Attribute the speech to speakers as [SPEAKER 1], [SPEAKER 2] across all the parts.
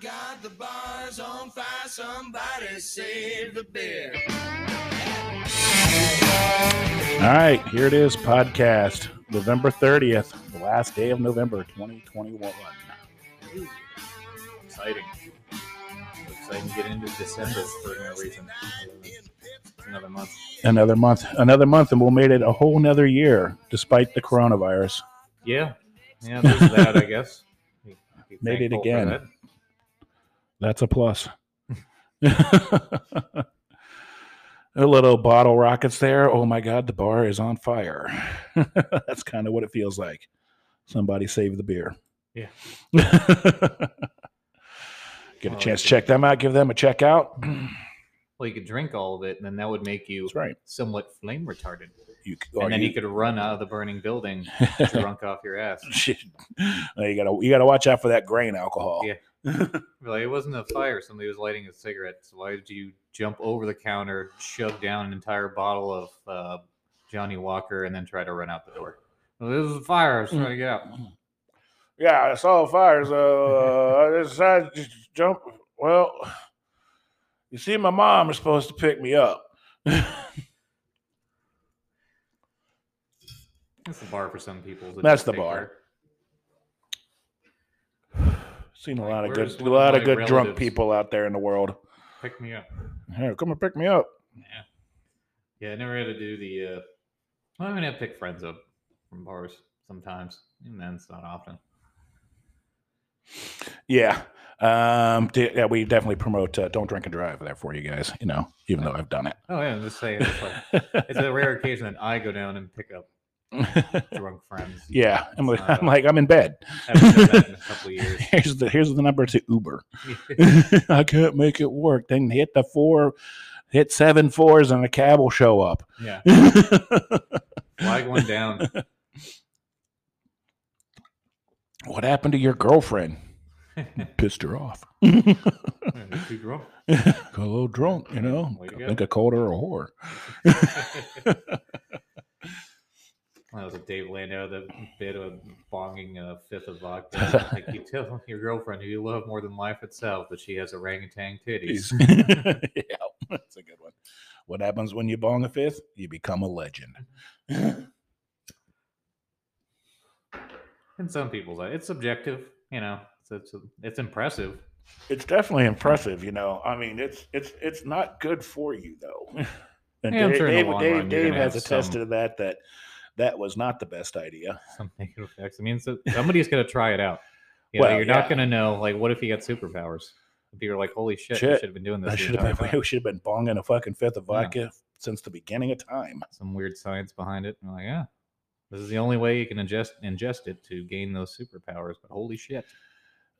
[SPEAKER 1] Got the bars on fire, somebody save the beer.
[SPEAKER 2] All right, here it is, podcast, November 30th, the last day of November 2021.
[SPEAKER 3] Exciting. Exciting to get into December for no reason. It's another month.
[SPEAKER 2] Another month, another month, and we'll made it a whole nother year despite the coronavirus.
[SPEAKER 3] Yeah. Yeah, there's that, I guess. Be- be
[SPEAKER 2] Made it
[SPEAKER 3] thankful for
[SPEAKER 2] again.
[SPEAKER 3] that.
[SPEAKER 2] That's a plus. a little bottle rockets there. Oh my God, the bar is on fire. That's kind of what it feels like. Somebody save the beer.
[SPEAKER 3] Yeah.
[SPEAKER 2] Get a
[SPEAKER 3] Oh,
[SPEAKER 2] chance to
[SPEAKER 3] yeah.
[SPEAKER 2] check them out, give them a check out.
[SPEAKER 3] Well, you could drink all of it, and then that would make you
[SPEAKER 2] That's right.
[SPEAKER 3] somewhat flame retarded.
[SPEAKER 2] You, c- or
[SPEAKER 3] And then
[SPEAKER 2] you-
[SPEAKER 3] you could run out of the burning building drunk off your ass.
[SPEAKER 2] Shit. Now you gotta you gotta watch out for that grain alcohol.
[SPEAKER 3] Yeah. Be Like, it wasn't a fire. Somebody was lighting a cigarette. So why did you jump over the counter, shove down an entire bottle of uh, Johnny Walker, and then try to run out the door? Well, this is a fire. I was
[SPEAKER 2] Mm.
[SPEAKER 3] trying to get out.
[SPEAKER 2] Yeah, I saw fires. Uh, I decided to just jump. Well, you see, my mom is supposed to pick me up.
[SPEAKER 3] That's the bar for some people. is a
[SPEAKER 2] That's the
[SPEAKER 3] big
[SPEAKER 2] bar. Seen a
[SPEAKER 3] Like,
[SPEAKER 2] lot of
[SPEAKER 3] where's
[SPEAKER 2] good, a
[SPEAKER 3] one of
[SPEAKER 2] lot of
[SPEAKER 3] my
[SPEAKER 2] good drunk
[SPEAKER 3] relatives?
[SPEAKER 2] people out there in the world.
[SPEAKER 3] Pick me up.
[SPEAKER 2] Here, come and pick me up.
[SPEAKER 3] Yeah, I never had to do the. Uh, well, I mean, I pick friends up from bars sometimes, and then it's not often.
[SPEAKER 2] Yeah, um, d- yeah, we definitely promote uh, don't drink and drive there for you guys. You know, even though I've done
[SPEAKER 3] Oh yeah, I'm just saying. It's, like,
[SPEAKER 2] it.
[SPEAKER 3] it's a rare occasion that I go down and pick up drunk friends.
[SPEAKER 2] yeah, I'm,
[SPEAKER 3] It's
[SPEAKER 2] like-
[SPEAKER 3] not
[SPEAKER 2] I'm
[SPEAKER 3] a-
[SPEAKER 2] like I'm in bed.
[SPEAKER 3] I haven't done that in a couple of years.
[SPEAKER 2] Here's the here's the number to Uber. I can't make it work. Then hit the four, hit seven fours, and a cab will show up.
[SPEAKER 3] yeah, flag one down.
[SPEAKER 2] what happened to your girlfriend? Pissed her off.
[SPEAKER 3] I'm just too drunk.
[SPEAKER 2] Got a little drunk, you know.
[SPEAKER 3] Way to
[SPEAKER 2] I
[SPEAKER 3] go.
[SPEAKER 2] think I called her a whore.
[SPEAKER 3] that was a Dave Lando, the bit of bonging a fifth of vodka. like you tell your girlfriend who you love more than life itself that she has orangutan titties.
[SPEAKER 2] yeah, that's a good one. What happens when you bong a fifth? You become a legend.
[SPEAKER 3] In some people's eyes, it's subjective. You know, it's it's, it's impressive.
[SPEAKER 2] It's definitely impressive, you know. I mean, it's it's it's not good for you though. And
[SPEAKER 3] Yeah, I'm
[SPEAKER 2] Dave,
[SPEAKER 3] sure in the
[SPEAKER 2] Dave,
[SPEAKER 3] long
[SPEAKER 2] Dave,
[SPEAKER 3] run you're
[SPEAKER 2] Dave
[SPEAKER 3] gonna
[SPEAKER 2] has
[SPEAKER 3] have
[SPEAKER 2] attested
[SPEAKER 3] some-
[SPEAKER 2] to that that that was not the best idea.
[SPEAKER 3] Some negative effects. I mean, so somebody's gonna try it out. You know,
[SPEAKER 2] Well,
[SPEAKER 3] you're
[SPEAKER 2] yeah.
[SPEAKER 3] not gonna know. Like, what if you got superpowers? People are like, holy shit, I
[SPEAKER 2] Shit.
[SPEAKER 3] should have been doing this.
[SPEAKER 2] I
[SPEAKER 3] the
[SPEAKER 2] should
[SPEAKER 3] entire
[SPEAKER 2] have been
[SPEAKER 3] time."
[SPEAKER 2] we should have been bonging a fucking fifth of
[SPEAKER 3] Yeah.
[SPEAKER 2] vodka since the beginning of time.
[SPEAKER 3] Some weird science behind it. And like, yeah, this is the only way you can ingest ingest it to gain those superpowers. But holy shit,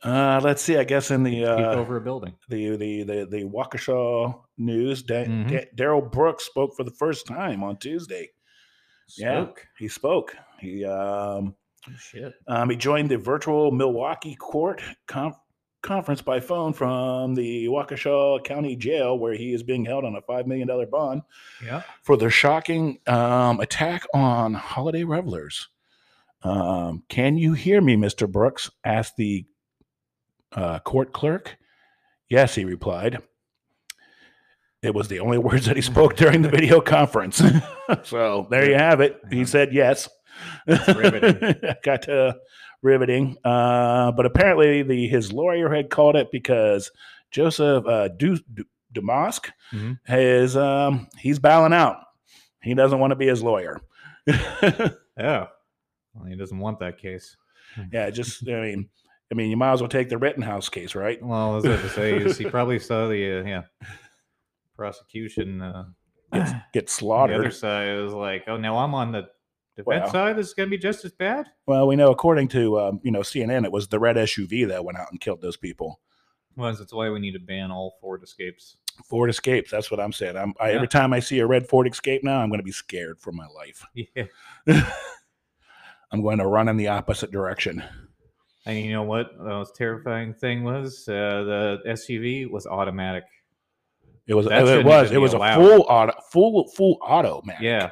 [SPEAKER 2] Uh, let's see. I guess in the
[SPEAKER 3] peek
[SPEAKER 2] uh,
[SPEAKER 3] over a building.
[SPEAKER 2] the the the the Waukesha news, da-
[SPEAKER 3] Mhm.
[SPEAKER 2] da- Daryl Brooks spoke for the first time on Tuesday. yeah.
[SPEAKER 3] Smoke.
[SPEAKER 2] He spoke. He um,
[SPEAKER 3] Oh, Shit.
[SPEAKER 2] um, he joined the virtual Milwaukee court conf- conference by phone from the Waukesha County Jail, where he is being held on a five million dollar bond
[SPEAKER 3] Yeah.
[SPEAKER 2] for the shocking um, attack on holiday revelers. Um, Can you hear me, Mr. Brooks? asked the uh, court clerk. Yes, he replied. It was the only words that he spoke during the video conference. so there you have it. He
[SPEAKER 3] Yeah.
[SPEAKER 2] said yes.
[SPEAKER 3] riveting.
[SPEAKER 2] Got uh, riveting. Uh, but apparently, the his lawyer had called it because Joseph uh, Du- Du- Damask
[SPEAKER 3] Mhm.
[SPEAKER 2] has um, he's bowing out. He doesn't want to be his lawyer.
[SPEAKER 3] Yeah. Well, he doesn't want that case.
[SPEAKER 2] yeah, just I mean, I mean, you might as well take the Rittenhouse case, right?
[SPEAKER 3] Well, as I was gonna say, is he probably saw the uh, yeah prosecution. Uh,
[SPEAKER 2] Gets, gets
[SPEAKER 3] on the other
[SPEAKER 2] slaughtered.
[SPEAKER 3] side it was like, oh, now I'm on the defense
[SPEAKER 2] Well.
[SPEAKER 3] side. This is going to be just as bad.
[SPEAKER 2] Well, we know according to um, you know CNN, it was the red SUV that went out and killed those people.
[SPEAKER 3] Well, that's why we need to ban all Ford escapes.
[SPEAKER 2] Ford Escapes. That's what I'm saying. I'm, I,
[SPEAKER 3] Yeah.
[SPEAKER 2] Every time I see a red Ford Escape now, I'm going to be scared for my life.
[SPEAKER 3] Yeah.
[SPEAKER 2] I'm going to run in the opposite direction.
[SPEAKER 3] And you know what? The most terrifying thing was uh, the SUV was automatic.
[SPEAKER 2] It was.
[SPEAKER 3] That
[SPEAKER 2] It
[SPEAKER 3] shouldn't
[SPEAKER 2] was.
[SPEAKER 3] even
[SPEAKER 2] It
[SPEAKER 3] be
[SPEAKER 2] was a
[SPEAKER 3] allowed.
[SPEAKER 2] full auto, full full auto, man.
[SPEAKER 3] Yeah. I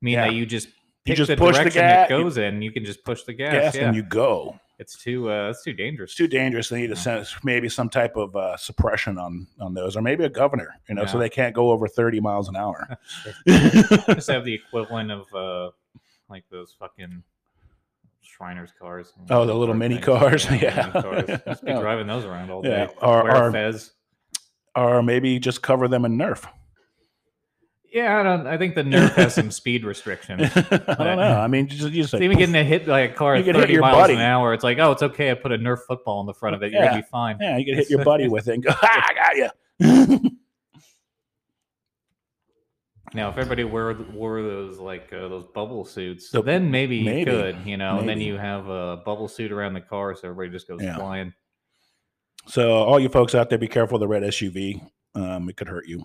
[SPEAKER 3] mean,
[SPEAKER 2] Yeah.
[SPEAKER 3] that you just
[SPEAKER 2] You
[SPEAKER 3] pick
[SPEAKER 2] just
[SPEAKER 3] the
[SPEAKER 2] push the
[SPEAKER 3] direction
[SPEAKER 2] gas.
[SPEAKER 3] it goes in. You can just push the gas.
[SPEAKER 2] gas
[SPEAKER 3] yeah.
[SPEAKER 2] and you go.
[SPEAKER 3] It's too uh, it's too dangerous.
[SPEAKER 2] It's too dangerous. They need to
[SPEAKER 3] Yeah.
[SPEAKER 2] send maybe some type of uh, suppression on on those, or maybe a governor, you know, so
[SPEAKER 3] Yeah.
[SPEAKER 2] they can't go over thirty miles an hour.
[SPEAKER 3] Just have the equivalent of uh, like those fucking Shriners cars.
[SPEAKER 2] Oh, the little mini cars, yeah.
[SPEAKER 3] mini cars. Just be
[SPEAKER 2] Yeah.
[SPEAKER 3] driving those around all
[SPEAKER 2] yeah,
[SPEAKER 3] day.
[SPEAKER 2] or,
[SPEAKER 3] Wear a
[SPEAKER 2] or
[SPEAKER 3] fez.
[SPEAKER 2] or maybe just cover them in Nerf.
[SPEAKER 3] Yeah, I don't. I think the Nerf has some speed restrictions.
[SPEAKER 2] I don't know. I mean, just, just
[SPEAKER 3] It's
[SPEAKER 2] like,
[SPEAKER 3] even getting a hit by a car
[SPEAKER 2] You
[SPEAKER 3] at
[SPEAKER 2] could hit
[SPEAKER 3] 30
[SPEAKER 2] your
[SPEAKER 3] miles
[SPEAKER 2] buddy.
[SPEAKER 3] an hour. It's like, oh, it's okay. I put a Nerf football in the front of it. You're
[SPEAKER 2] Yeah.
[SPEAKER 3] gonna be fine.
[SPEAKER 2] yeah, you could hit your buddy with it. And go, ah, I got you.
[SPEAKER 3] Now, if everybody wore wore those like uh, those bubble suits,
[SPEAKER 2] The-
[SPEAKER 3] then maybe,
[SPEAKER 2] maybe,
[SPEAKER 3] you could, you know. And then
[SPEAKER 2] maybe.
[SPEAKER 3] you have a bubble suit around the car, so everybody just goes
[SPEAKER 2] Yeah.
[SPEAKER 3] flying.
[SPEAKER 2] so, all you folks out there, be careful of the red SUV. Um, it could hurt you.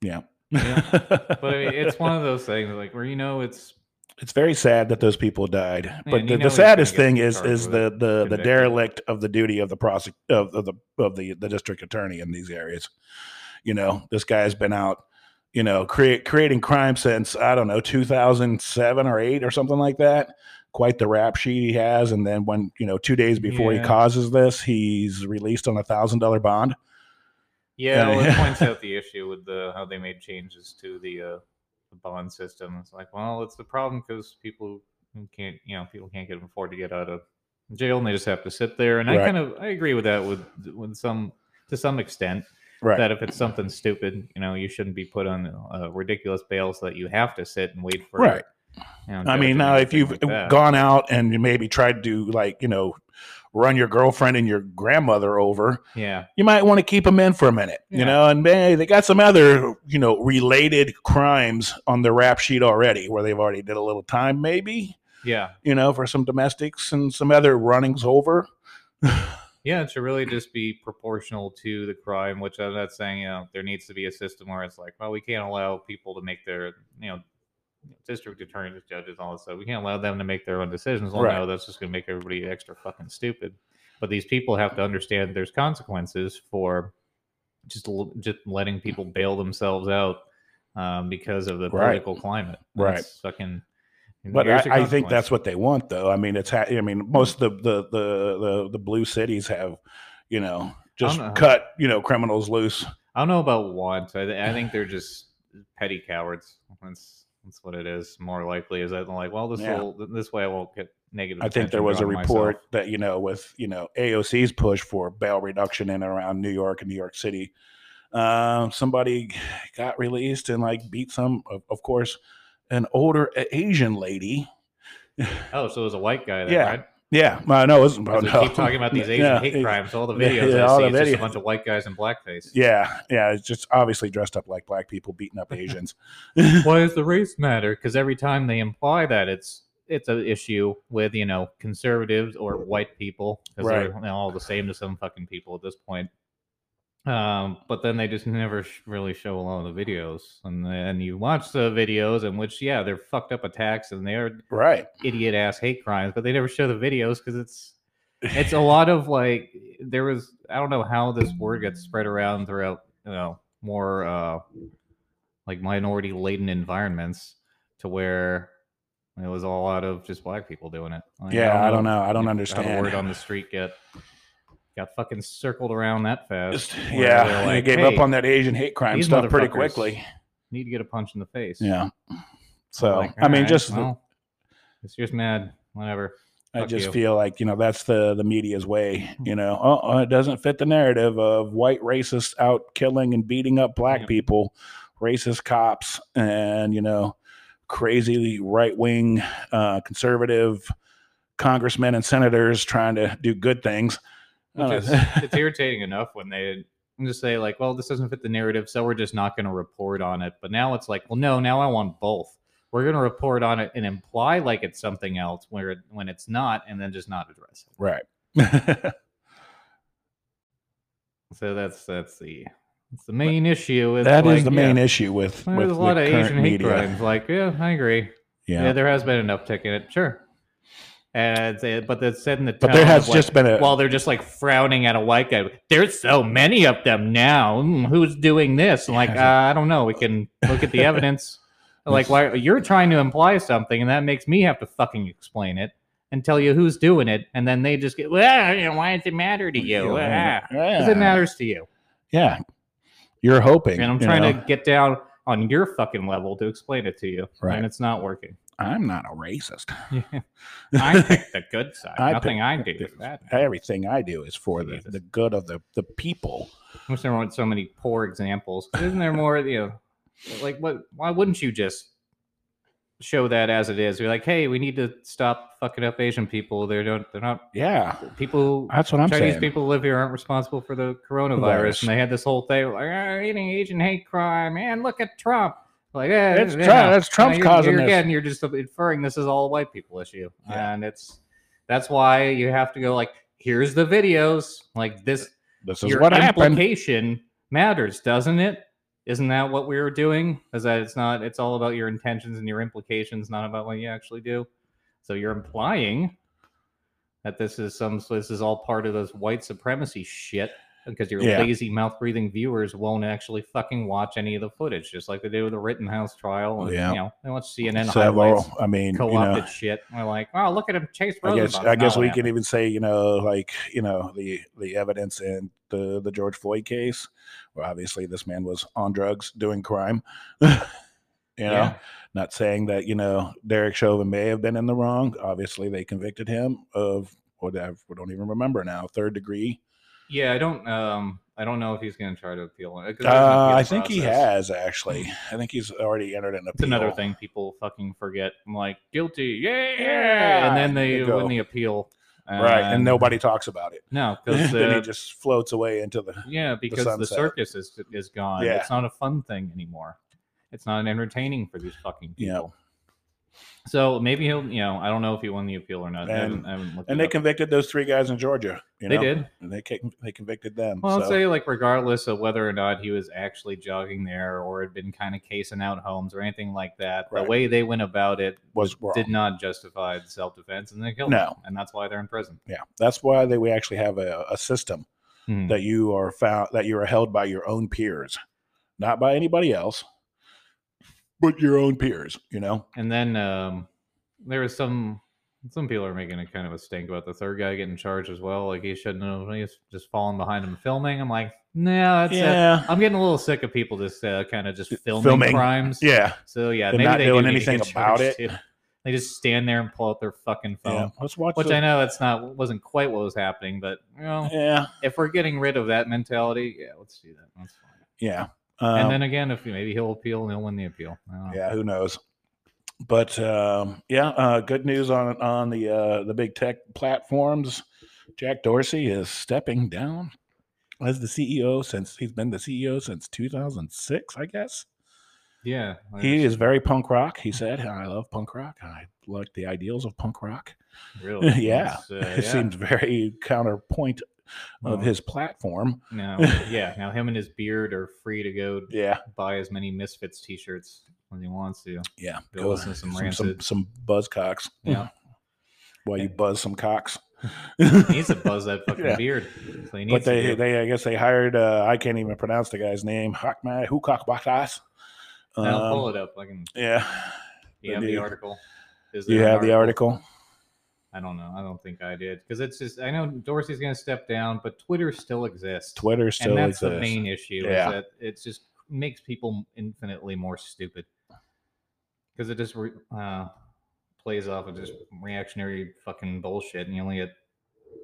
[SPEAKER 2] Yeah.
[SPEAKER 3] Yeah. But I mean, it's one of those things like where you know it's
[SPEAKER 2] it's very sad that those people died. but the,
[SPEAKER 3] you know
[SPEAKER 2] the
[SPEAKER 3] he's gonna
[SPEAKER 2] saddest
[SPEAKER 3] get
[SPEAKER 2] thing is
[SPEAKER 3] charged
[SPEAKER 2] is
[SPEAKER 3] with
[SPEAKER 2] the
[SPEAKER 3] it,
[SPEAKER 2] the, the
[SPEAKER 3] convicted.
[SPEAKER 2] derelict of the duty of the prosec- of, of the of the the district attorney in these areas. You know, this guy's been out, you know, create creating crime since I don't know 2007 or eight or something like that. Quite the rap sheet he has, and then when you know two days before
[SPEAKER 3] Yeah.
[SPEAKER 2] he causes this, he's released on a thousand dollar bond.
[SPEAKER 3] yeah,
[SPEAKER 2] Yeah.
[SPEAKER 3] well, it points out the issue with the how they made changes to the uh, the bond system. It's like, well, it's the problem because people who can't, you know, people can't get afford to get out of jail, and they just have to sit there. And
[SPEAKER 2] Right.
[SPEAKER 3] I kind of I agree with that with with some to some extent.
[SPEAKER 2] Right.
[SPEAKER 3] that if it's something stupid, you know, you shouldn't be put on a ridiculous bail so that you have to sit and wait for.
[SPEAKER 2] Right.
[SPEAKER 3] you know,
[SPEAKER 2] I mean,
[SPEAKER 3] judgment
[SPEAKER 2] now
[SPEAKER 3] and
[SPEAKER 2] if
[SPEAKER 3] thing
[SPEAKER 2] you've
[SPEAKER 3] like that.
[SPEAKER 2] gone out and you maybe tried to like you know run your girlfriend and your grandmother over,
[SPEAKER 3] yeah,
[SPEAKER 2] you might want to keep them in for a minute, you
[SPEAKER 3] Yeah.
[SPEAKER 2] know. And man, they got some other, you know, related crimes on the rap sheet already, where they've already did a little time, maybe,
[SPEAKER 3] yeah,
[SPEAKER 2] you know, for some domestics and some other runnings over.
[SPEAKER 3] yeah, it should really just be proportional to the crime. Which I'm not saying, you know, there needs to be a system where it's like, well, we can't allow people to make their, you know, district attorneys, judges, all that stuff. We can't allow them to make their own decisions. Well,
[SPEAKER 2] Right.
[SPEAKER 3] no, that's just going to make everybody extra fucking stupid. But these people have to understand there's consequences for just l- just letting people bail themselves out um, because of the
[SPEAKER 2] Right.
[SPEAKER 3] political climate.
[SPEAKER 2] Right.
[SPEAKER 3] That's fucking.
[SPEAKER 2] But
[SPEAKER 3] there's your
[SPEAKER 2] I, I think
[SPEAKER 3] consequence.
[SPEAKER 2] that's what they want, though. I mean, it's ha- I mean, most of the the the the, the blue cities have, you know, just
[SPEAKER 3] know.
[SPEAKER 2] cut you know criminals loose.
[SPEAKER 3] I don't know about want. I, th- I think they're just petty cowards. That's that's what it is. More likely is that they're like, well, this
[SPEAKER 2] Yeah.
[SPEAKER 3] will this way I won't get negative.
[SPEAKER 2] I think there
[SPEAKER 3] attention
[SPEAKER 2] was a
[SPEAKER 3] drawn to
[SPEAKER 2] report
[SPEAKER 3] myself.
[SPEAKER 2] that you know with you know AOC's push for bail reduction in and around New York and New York City, um, somebody got released and like beat some, of, of course, an older A- Asian lady.
[SPEAKER 3] Oh, so it was a white guy. Then,
[SPEAKER 2] Yeah.
[SPEAKER 3] right?
[SPEAKER 2] Yeah, well, no, it wasn't. oh,
[SPEAKER 3] 'Cause
[SPEAKER 2] no.
[SPEAKER 3] we keep talking about these Asian
[SPEAKER 2] Yeah,
[SPEAKER 3] hate
[SPEAKER 2] it-
[SPEAKER 3] crimes. All the
[SPEAKER 2] yeah,
[SPEAKER 3] videos,
[SPEAKER 2] yeah,
[SPEAKER 3] I
[SPEAKER 2] all
[SPEAKER 3] see,
[SPEAKER 2] the
[SPEAKER 3] it's just
[SPEAKER 2] videos.
[SPEAKER 3] a bunch of white guys in blackface.
[SPEAKER 2] Yeah, yeah, it's just obviously dressed up like black people beating up Asians.
[SPEAKER 3] Why does the race matter? Because every time they imply that, it's it's an issue with you know conservatives or white people because
[SPEAKER 2] Right.
[SPEAKER 3] they're you know, all the same to some fucking people at this point. Um, but then they just never sh- really show a lot of the videos, and then you watch the videos in which yeah they're fucked up attacks and they are
[SPEAKER 2] right.
[SPEAKER 3] idiot ass hate crimes, but they never show the videos because it's it's a lot of like there was I don't know how this word gets spread around throughout you know more uh like minority laden environments to where it was a lot of just black people doing it. Like,
[SPEAKER 2] Yeah, I don't know. I don't
[SPEAKER 3] how the
[SPEAKER 2] understand.
[SPEAKER 3] word on the street get got fucking circled around that fast.
[SPEAKER 2] Just-
[SPEAKER 3] where
[SPEAKER 2] yeah, they
[SPEAKER 3] they're like,
[SPEAKER 2] gave
[SPEAKER 3] "Hey,
[SPEAKER 2] up on that Asian hate crime
[SPEAKER 3] these
[SPEAKER 2] stuff pretty
[SPEAKER 3] motherfuckers."
[SPEAKER 2] quickly.
[SPEAKER 3] Need to get a punch in the face.
[SPEAKER 2] Yeah. So
[SPEAKER 3] Like,
[SPEAKER 2] I mean,
[SPEAKER 3] "Alright,
[SPEAKER 2] just the-
[SPEAKER 3] well, it's just mad. Whatever.
[SPEAKER 2] I
[SPEAKER 3] Fuck
[SPEAKER 2] just
[SPEAKER 3] you. Mm-hmm.
[SPEAKER 2] feel like you know that's the the media's way. You know, oh, oh, it doesn't fit the narrative of white racists out killing and beating up black
[SPEAKER 3] Yeah.
[SPEAKER 2] people, racist cops, and you know, crazy right wing uh, conservative congressmen and senators trying to do good things. Uh, I don't
[SPEAKER 3] Which is,
[SPEAKER 2] know.
[SPEAKER 3] it's irritating enough when they just say like, "Well, this doesn't fit the narrative, so we're just not going to report on it." But now it's like, "Well, no, now I want both. We're going to report on it and imply like it's something else where it, when it's not, and then just not address it."
[SPEAKER 2] right.
[SPEAKER 3] So that's that's the that's the main issue. It's
[SPEAKER 2] that is
[SPEAKER 3] like,
[SPEAKER 2] the main
[SPEAKER 3] yeah,
[SPEAKER 2] issue with,
[SPEAKER 3] There's
[SPEAKER 2] with
[SPEAKER 3] a lot
[SPEAKER 2] the
[SPEAKER 3] of
[SPEAKER 2] current
[SPEAKER 3] Asian hate
[SPEAKER 2] media.
[SPEAKER 3] crimes. Like, yeah, I agree. Yeah.
[SPEAKER 2] Yeah.
[SPEAKER 3] there has been an uptick in it, sure. And it's- but that's said in the
[SPEAKER 2] But there
[SPEAKER 3] tone of,
[SPEAKER 2] has
[SPEAKER 3] like,
[SPEAKER 2] just been a
[SPEAKER 3] while they're just like frowning at a white guy. There's so many of them now. Mm, who's doing this? I'm like, uh, I don't know. We can look at the evidence. like, why you're trying to imply something, and that makes me have to fucking explain it. and tell you who's doing it, and then they just get, well, you know, why does it matter to you? Ah.
[SPEAKER 2] Yeah.
[SPEAKER 3] Because it matters to you.
[SPEAKER 2] Yeah. You're hoping.
[SPEAKER 3] And I'm
[SPEAKER 2] you
[SPEAKER 3] trying
[SPEAKER 2] know.
[SPEAKER 3] to get down on your fucking level to explain it to you,
[SPEAKER 2] Right.
[SPEAKER 3] and it's not working.
[SPEAKER 2] I'm not a racist.
[SPEAKER 3] I pick the good side.
[SPEAKER 2] I
[SPEAKER 3] Nothing I do
[SPEAKER 2] the-
[SPEAKER 3] is bad.
[SPEAKER 2] Everything I do is for the,
[SPEAKER 3] Jesus.
[SPEAKER 2] the good of the, the people.
[SPEAKER 3] I wish there weren't so many poor examples. Isn't there more? You know, like what? Why wouldn't you just show that as it is? You're like, hey, we need to stop fucking up Asian people. They don't. They're not
[SPEAKER 2] Yeah.
[SPEAKER 3] people.
[SPEAKER 2] That's what I'm
[SPEAKER 3] Chinese
[SPEAKER 2] saying.
[SPEAKER 3] people who live here aren't responsible for the coronavirus,
[SPEAKER 2] Virus.
[SPEAKER 3] and they had this whole thing like oh, eating Asian hate crime. And look at Trump. Like, eh,
[SPEAKER 2] It's
[SPEAKER 3] you
[SPEAKER 2] Trump-
[SPEAKER 3] know.
[SPEAKER 2] that's Trump's
[SPEAKER 3] Now
[SPEAKER 2] causing
[SPEAKER 3] you're,
[SPEAKER 2] this.
[SPEAKER 3] Again, you're just inferring this is all a white people issue,
[SPEAKER 2] Yeah.
[SPEAKER 3] and it's that's why you have to go like, here's the videos. Like this
[SPEAKER 2] This is
[SPEAKER 3] your
[SPEAKER 2] what happened.
[SPEAKER 3] implication matters, doesn't it? Isn't that what we were doing? Is that it's not? It's all about your intentions and your implications, not about what you actually do. So you're implying that this is some. so This is all part of this white supremacy shit because your
[SPEAKER 2] Yeah.
[SPEAKER 3] lazy mouth breathing viewers won't actually fucking watch any of the footage, just like they did with the Rittenhouse trial. And,
[SPEAKER 2] Yeah.
[SPEAKER 3] you know, they watch CNN
[SPEAKER 2] Several.
[SPEAKER 3] highlights,
[SPEAKER 2] I mean, you
[SPEAKER 3] co-opted
[SPEAKER 2] know,
[SPEAKER 3] shit. And they're like, oh, look at him chase
[SPEAKER 2] I guess
[SPEAKER 3] Rosenbaum."
[SPEAKER 2] I guess
[SPEAKER 3] Not
[SPEAKER 2] we
[SPEAKER 3] what
[SPEAKER 2] can
[SPEAKER 3] happened.
[SPEAKER 2] even say you know like you know the the evidence in the the George Floyd case where obviously this man was on drugs doing crime. you know,
[SPEAKER 3] Yeah.
[SPEAKER 2] not saying that you know Derek Chauvin may have been in the wrong. Obviously, they convicted him of what I don't even remember now third degree.
[SPEAKER 3] Yeah, I don't. Um, I don't know if he's going to try to appeal. it, 'cause there's an
[SPEAKER 2] Uh,
[SPEAKER 3] appeal
[SPEAKER 2] I think he
[SPEAKER 3] process.
[SPEAKER 2] has actually. I think he's already entered an appeal.
[SPEAKER 3] It's another thing people fucking forget. I'm like guilty, yeah,
[SPEAKER 2] Yeah,
[SPEAKER 3] and then
[SPEAKER 2] there
[SPEAKER 3] they
[SPEAKER 2] you go.
[SPEAKER 3] win the appeal,
[SPEAKER 2] right? And nobody talks about it.
[SPEAKER 3] no, because
[SPEAKER 2] then he
[SPEAKER 3] the,
[SPEAKER 2] just floats away into the
[SPEAKER 3] yeah, because the,
[SPEAKER 2] sunset.
[SPEAKER 3] circus is is gone.
[SPEAKER 2] Yeah.
[SPEAKER 3] It's not a fun thing anymore. It's not entertaining for these fucking
[SPEAKER 2] you know
[SPEAKER 3] people. So maybe he'll, you know, I don't know if he won the appeal or not. I haven't, I haven't looked
[SPEAKER 2] And
[SPEAKER 3] it
[SPEAKER 2] they
[SPEAKER 3] up.
[SPEAKER 2] convicted those three guys in Georgia. You
[SPEAKER 3] They
[SPEAKER 2] know?
[SPEAKER 3] did.
[SPEAKER 2] And they kick- they convicted them.
[SPEAKER 3] Well,
[SPEAKER 2] so-
[SPEAKER 3] I'll say like regardless of whether or not he was actually jogging there or had been kind of casing out homes or anything like that,
[SPEAKER 2] Right.
[SPEAKER 3] the way they went about it
[SPEAKER 2] was wrong.
[SPEAKER 3] did not justify the self-defense, and they killed him,
[SPEAKER 2] No,
[SPEAKER 3] and that's why they're in prison.
[SPEAKER 2] yeah, that's why they, we actually have a, a system
[SPEAKER 3] Hmm.
[SPEAKER 2] that you are found that you are held by your own peers, not by anybody else, but your own peers. You know,
[SPEAKER 3] And then um, there was some some people are making a kind of a stink about the third guy getting charged as well. Like he shouldn't have. He's just falling behind him filming. I'm like, no, that's it.
[SPEAKER 2] yeah,
[SPEAKER 3] I'm getting a little sick of people just uh, kind of just filming,
[SPEAKER 2] Filming.
[SPEAKER 3] crimes.
[SPEAKER 2] yeah,
[SPEAKER 3] So yeah,
[SPEAKER 2] They're
[SPEAKER 3] maybe
[SPEAKER 2] not
[SPEAKER 3] they
[SPEAKER 2] doing
[SPEAKER 3] do need to
[SPEAKER 2] anything
[SPEAKER 3] get
[SPEAKER 2] about
[SPEAKER 3] charged,
[SPEAKER 2] it.
[SPEAKER 3] too. They just stand there and pull out their fucking phone.
[SPEAKER 2] yeah. Let's watch.
[SPEAKER 3] Which
[SPEAKER 2] the-
[SPEAKER 3] I know that's not wasn't quite what was happening, but you know,
[SPEAKER 2] Yeah,
[SPEAKER 3] if we're getting rid of that mentality, yeah, let's do that. That's fine.
[SPEAKER 2] yeah. Um,
[SPEAKER 3] and then uh, again, if maybe he'll appeal and he'll win the appeal. I don't know.
[SPEAKER 2] yeah, who knows? But um, yeah, uh, good news on on the uh, the big tech platforms. Jack Dorsey is stepping down as the CEO since he's been the CEO since 2006, I guess.
[SPEAKER 3] Yeah.
[SPEAKER 2] He is very punk rock. He said, "I love punk rock. I like the ideals of punk rock."
[SPEAKER 3] really.
[SPEAKER 2] yeah,
[SPEAKER 3] that's, uh,
[SPEAKER 2] it seems very counterpoint
[SPEAKER 3] Well,
[SPEAKER 2] of his platform.
[SPEAKER 3] Now, yeah. Now him and his beard are free to go
[SPEAKER 2] Yeah,
[SPEAKER 3] buy as many Misfits T-shirts as he wants to.
[SPEAKER 2] yeah.
[SPEAKER 3] Go
[SPEAKER 2] Go
[SPEAKER 3] listen to some
[SPEAKER 2] some, some
[SPEAKER 3] Rancid.
[SPEAKER 2] some buzzcocks.
[SPEAKER 3] Yeah.
[SPEAKER 2] while you buzz some cocks.
[SPEAKER 3] He needs to buzz that fucking
[SPEAKER 2] Yeah.
[SPEAKER 3] beard. So he needs
[SPEAKER 2] But
[SPEAKER 3] to
[SPEAKER 2] they,
[SPEAKER 3] do-
[SPEAKER 2] they, I guess they hired. Uh, I can't even pronounce the guy's name. Hakma Hukak Bakas.
[SPEAKER 3] I'll pull
[SPEAKER 2] Um,
[SPEAKER 3] it up. I can.
[SPEAKER 2] yeah,
[SPEAKER 3] You
[SPEAKER 2] they
[SPEAKER 3] have the
[SPEAKER 2] do.
[SPEAKER 3] article. Is
[SPEAKER 2] do you
[SPEAKER 3] there an
[SPEAKER 2] have the article.
[SPEAKER 3] I don't know. I don't think I did because it's just. I know Dorsey's going to step down, but Twitter still exists.
[SPEAKER 2] Twitter
[SPEAKER 3] and
[SPEAKER 2] still uh,
[SPEAKER 3] that's the
[SPEAKER 2] exists.
[SPEAKER 3] main issue
[SPEAKER 2] Yeah.
[SPEAKER 3] is that it just makes people infinitely more stupid because it just re- uh, plays off of just reactionary fucking bullshit and you only get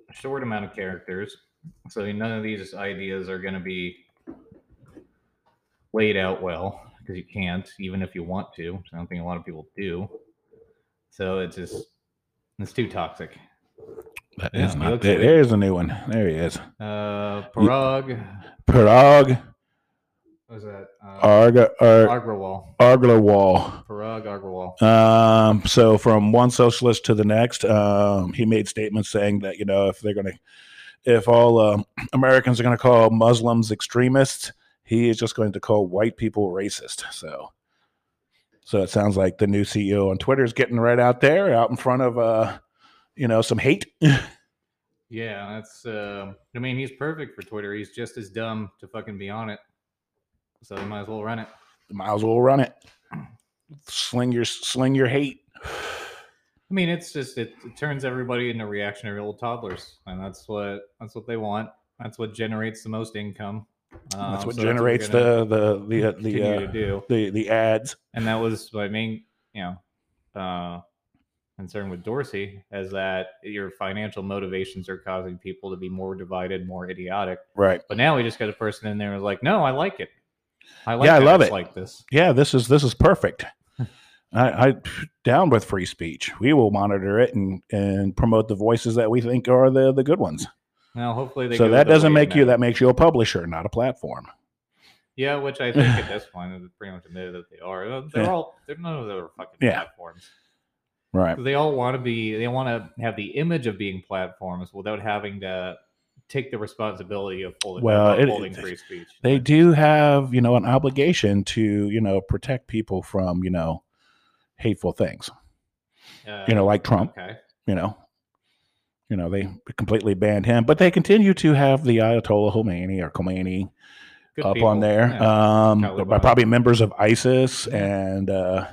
[SPEAKER 3] a short amount of characters so none of these ideas are going to be laid out well because you can't even if you want to which i don't think a lot of people do so it's just it's too toxic
[SPEAKER 2] That
[SPEAKER 3] Yeah,
[SPEAKER 2] is
[SPEAKER 3] he
[SPEAKER 2] not.
[SPEAKER 3] looks
[SPEAKER 2] There,
[SPEAKER 3] like it.
[SPEAKER 2] there's a new one. There he is.
[SPEAKER 3] uh parag
[SPEAKER 2] Parag
[SPEAKER 3] what was that uh,
[SPEAKER 2] Arga Ar,
[SPEAKER 3] agrawal
[SPEAKER 2] Arglawal.
[SPEAKER 3] parag agrawal
[SPEAKER 2] Um, so from one socialist to the next, um, he made statements saying that you know if they're going to, if all um, Americans are going to call Muslims extremists, he is just going to call white people racist. So, so it sounds like the new CEO on Twitter is getting right out there, out in front of uh, you know, some hate.
[SPEAKER 3] Yeah, that's. Uh, I mean, he's perfect for Twitter. He's just as dumb to fucking be on it. So he might as well run it.
[SPEAKER 2] Might as well run it. Sling your sling your hate.
[SPEAKER 3] I mean, it's just it, it turns everybody into reactionary little toddlers, and that's what that's what they want. That's what generates the most income. Um,
[SPEAKER 2] That's what
[SPEAKER 3] so
[SPEAKER 2] generates
[SPEAKER 3] we're
[SPEAKER 2] the the the uh,
[SPEAKER 3] gonna
[SPEAKER 2] the
[SPEAKER 3] continue
[SPEAKER 2] uh,
[SPEAKER 3] to do.
[SPEAKER 2] the the ads.
[SPEAKER 3] and that was my main you know uh concern with dorsey is that your financial motivations are causing people to be more divided more idiotic
[SPEAKER 2] Right.
[SPEAKER 3] but now we just got a person in there who's like no i like it i like
[SPEAKER 2] Yeah, I
[SPEAKER 3] that
[SPEAKER 2] love
[SPEAKER 3] it's
[SPEAKER 2] it."
[SPEAKER 3] like this
[SPEAKER 2] Yeah. This is this is perfect. I, I down with free speech. We will monitor it and and promote the voices that we think are the the good ones.
[SPEAKER 3] now hopefully they
[SPEAKER 2] So
[SPEAKER 3] go
[SPEAKER 2] that
[SPEAKER 3] the
[SPEAKER 2] doesn't
[SPEAKER 3] way
[SPEAKER 2] make you.
[SPEAKER 3] now.
[SPEAKER 2] That makes you a publisher, not a platform.
[SPEAKER 3] yeah which i think at this point is pretty much admitted that they are Uh, they're
[SPEAKER 2] Yeah.
[SPEAKER 3] all they're none of them are fucking
[SPEAKER 2] Yeah.
[SPEAKER 3] platforms
[SPEAKER 2] Right.
[SPEAKER 3] 'Cause they all want to be they want to have the image of being platforms without having to take the responsibility of holding,
[SPEAKER 2] Well,
[SPEAKER 3] of
[SPEAKER 2] it-
[SPEAKER 3] holding
[SPEAKER 2] it-
[SPEAKER 3] free speech
[SPEAKER 2] They do have you know an obligation to you know protect people from you know hateful things.
[SPEAKER 3] Uh,
[SPEAKER 2] You know, like Trump.
[SPEAKER 3] okay
[SPEAKER 2] you know, you know, they completely banned him, but they continue to have the Ayatollah Khomeini or Khomeini
[SPEAKER 3] Good
[SPEAKER 2] up
[SPEAKER 3] people.
[SPEAKER 2] on there.
[SPEAKER 3] Yeah.
[SPEAKER 2] Um,
[SPEAKER 3] Taliban.
[SPEAKER 2] but probably members of ISIS
[SPEAKER 3] Yeah.
[SPEAKER 2] and uh,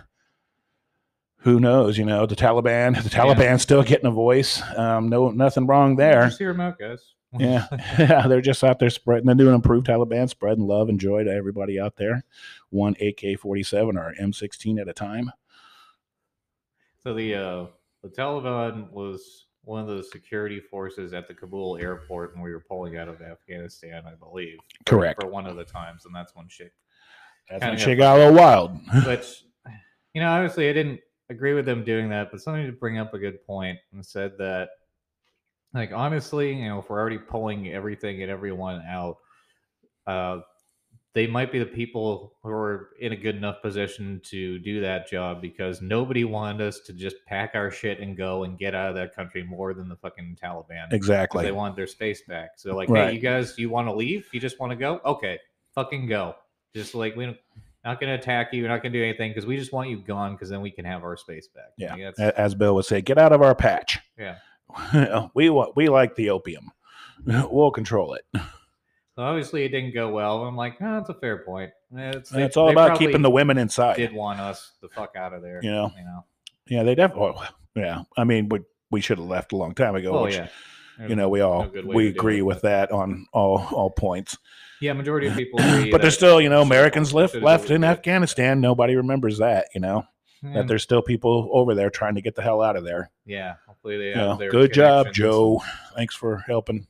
[SPEAKER 2] who knows? You know, the Taliban. The Taliban's still getting a voice. Um, no, nothing wrong there.
[SPEAKER 3] Just hear 'em out, guys.
[SPEAKER 2] Yeah, yeah, they're just out there spreading. They're doing improved Taliban, spreading love and joy to everybody out there. One AK forty seven or M sixteen at a time.
[SPEAKER 3] So the uh, the Taliban was one of the security forces at the Kabul airport when we were pulling out of Afghanistan, I believe. for-
[SPEAKER 2] Correct.
[SPEAKER 3] For one of the times, and that's one shit.
[SPEAKER 2] That's
[SPEAKER 3] Kinda
[SPEAKER 2] when shit got a little wild.
[SPEAKER 3] Which, you know, obviously I didn't agree with them doing that, but somebody to bring up a good point and said that, like, honestly, you know, if we're already pulling everything and everyone out, uh, they might be the people who are in a good enough position to do that job because nobody wanted us to just pack our shit and go and get out of that country more than the fucking Taliban. 'cause
[SPEAKER 2] Exactly.
[SPEAKER 3] They want their space back. So like,
[SPEAKER 2] Right.
[SPEAKER 3] hey, you guys, you want to leave? You just want to go? Okay, fucking go. Just like we don't, not going to attack you. We're not going to do anything because we just want you gone because then we can have our space back.
[SPEAKER 2] Yeah,
[SPEAKER 3] Like, that's-
[SPEAKER 2] a- as Bill would say, get out of our patch.
[SPEAKER 3] Yeah.
[SPEAKER 2] we want we like the opium. We'll control it. Eh.
[SPEAKER 3] so obviously it didn't go well. I'm like, oh, that's a fair point. Eh, It's,
[SPEAKER 2] And it's all about keeping the women inside.
[SPEAKER 3] Did want us the fuck out of there?
[SPEAKER 2] You know?
[SPEAKER 3] You know?
[SPEAKER 2] Yeah, they definitely. yeah, I mean, we we should have left a long time ago.
[SPEAKER 3] Oh
[SPEAKER 2] which,
[SPEAKER 3] yeah.
[SPEAKER 2] You know, we all
[SPEAKER 3] No good way
[SPEAKER 2] we
[SPEAKER 3] to do
[SPEAKER 2] agree
[SPEAKER 3] it,
[SPEAKER 2] with
[SPEAKER 3] but-
[SPEAKER 2] that on all all points.
[SPEAKER 3] Yeah, majority of people. agree
[SPEAKER 2] but
[SPEAKER 3] that
[SPEAKER 2] there's still, you know,
[SPEAKER 3] should've-
[SPEAKER 2] Americans left
[SPEAKER 3] should've
[SPEAKER 2] left in
[SPEAKER 3] did. Mm.
[SPEAKER 2] Afghanistan. Nobody remembers that. You know
[SPEAKER 3] Yeah.
[SPEAKER 2] that there's still people over there trying to get the hell out of there.
[SPEAKER 3] Mm-hmm. Yeah. Hopefully they
[SPEAKER 2] You
[SPEAKER 3] have
[SPEAKER 2] know,
[SPEAKER 3] their
[SPEAKER 2] good job,
[SPEAKER 3] connections.
[SPEAKER 2] Joe. Thanks for helping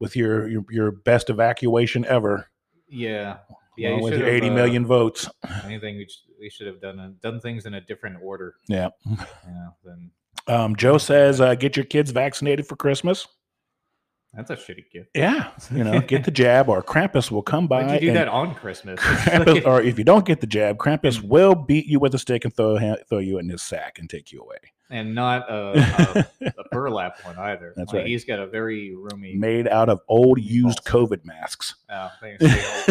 [SPEAKER 2] with your your, your best evacuation ever.
[SPEAKER 3] Yeah. Yeah.
[SPEAKER 2] Yeah,
[SPEAKER 3] you
[SPEAKER 2] with your
[SPEAKER 3] should've,
[SPEAKER 2] eighty
[SPEAKER 3] uh,
[SPEAKER 2] million votes.
[SPEAKER 3] anything we, sh- we should have done uh, done things in a different order.
[SPEAKER 2] Yeah.
[SPEAKER 3] You know, then
[SPEAKER 2] Um, Joe says, uh, get your kids vaccinated for Christmas.
[SPEAKER 3] that's a shitty gift.
[SPEAKER 2] Yeah. You know, get the jab or Krampus will come by.
[SPEAKER 3] Why'd you
[SPEAKER 2] and
[SPEAKER 3] do that on Christmas?
[SPEAKER 2] Krampus, or if you don't get the jab, Krampus will beat you with a stick and throw, ha- throw you in his sack and take you away.
[SPEAKER 3] and not a, a, a burlap one either.
[SPEAKER 2] That's
[SPEAKER 3] Like,
[SPEAKER 2] right.
[SPEAKER 3] He's got a very roomy.
[SPEAKER 2] Made out of old used COVID masks.
[SPEAKER 3] Uh, thing, so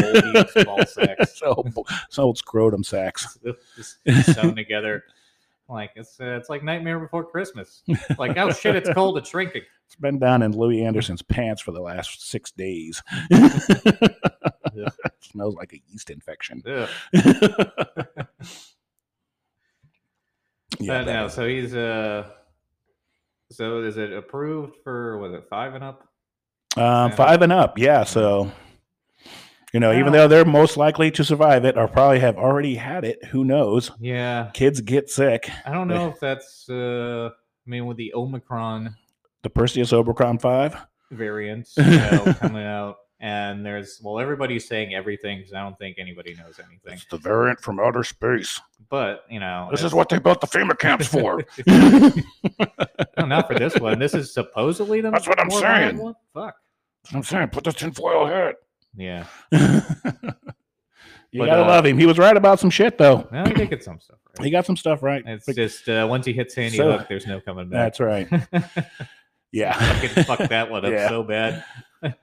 [SPEAKER 3] old Eames ball sacks.
[SPEAKER 2] so, so old scrotum sacks.
[SPEAKER 3] Just sewn together. Like it's uh, it's like Nightmare Before Christmas. Like oh shit, it's cold. It's shrinking.
[SPEAKER 2] It's been down in Louis Anderson's pants for the last six days. smells like a yeast infection.
[SPEAKER 3] Ugh.
[SPEAKER 2] yeah,
[SPEAKER 3] But no, so he's uh, so is it approved for was it five and up?
[SPEAKER 2] Um,
[SPEAKER 3] Yeah.
[SPEAKER 2] five and up, yeah. So, you know, even
[SPEAKER 3] Wow.
[SPEAKER 2] though they're most likely to survive it or probably have already had it, who knows?
[SPEAKER 3] Yeah,
[SPEAKER 2] Kids get sick.
[SPEAKER 3] I don't
[SPEAKER 2] Like-
[SPEAKER 3] know if that's. Uh, I mean, with the Omicron
[SPEAKER 2] The Perseus Obercron five.
[SPEAKER 3] variant you know, coming out, and there's well, everybody's saying everything because I don't think anybody knows anything.
[SPEAKER 2] It's the variant from outer space.
[SPEAKER 3] But you know,
[SPEAKER 2] This
[SPEAKER 3] it's-
[SPEAKER 2] is what they built the FEMA camps for.
[SPEAKER 3] no, not for this one. This is supposedly the
[SPEAKER 2] That's what I'm
[SPEAKER 3] more violent
[SPEAKER 2] saying.
[SPEAKER 3] one? Fuck.
[SPEAKER 2] I'm saying, put the tinfoil hat.
[SPEAKER 3] Yeah.
[SPEAKER 2] you
[SPEAKER 3] But,
[SPEAKER 2] gotta
[SPEAKER 3] uh,
[SPEAKER 2] love him. He was right about some shit though.
[SPEAKER 3] No, I think it's some stuff.
[SPEAKER 2] He
[SPEAKER 3] Right?
[SPEAKER 2] got some stuff right.
[SPEAKER 3] It's
[SPEAKER 2] But-
[SPEAKER 3] just uh, once you hit Sandy
[SPEAKER 2] So-
[SPEAKER 3] Hook, there's no coming back.
[SPEAKER 2] that's right. Yeah.
[SPEAKER 3] Fucking fuck that one up
[SPEAKER 2] Yeah.
[SPEAKER 3] so bad.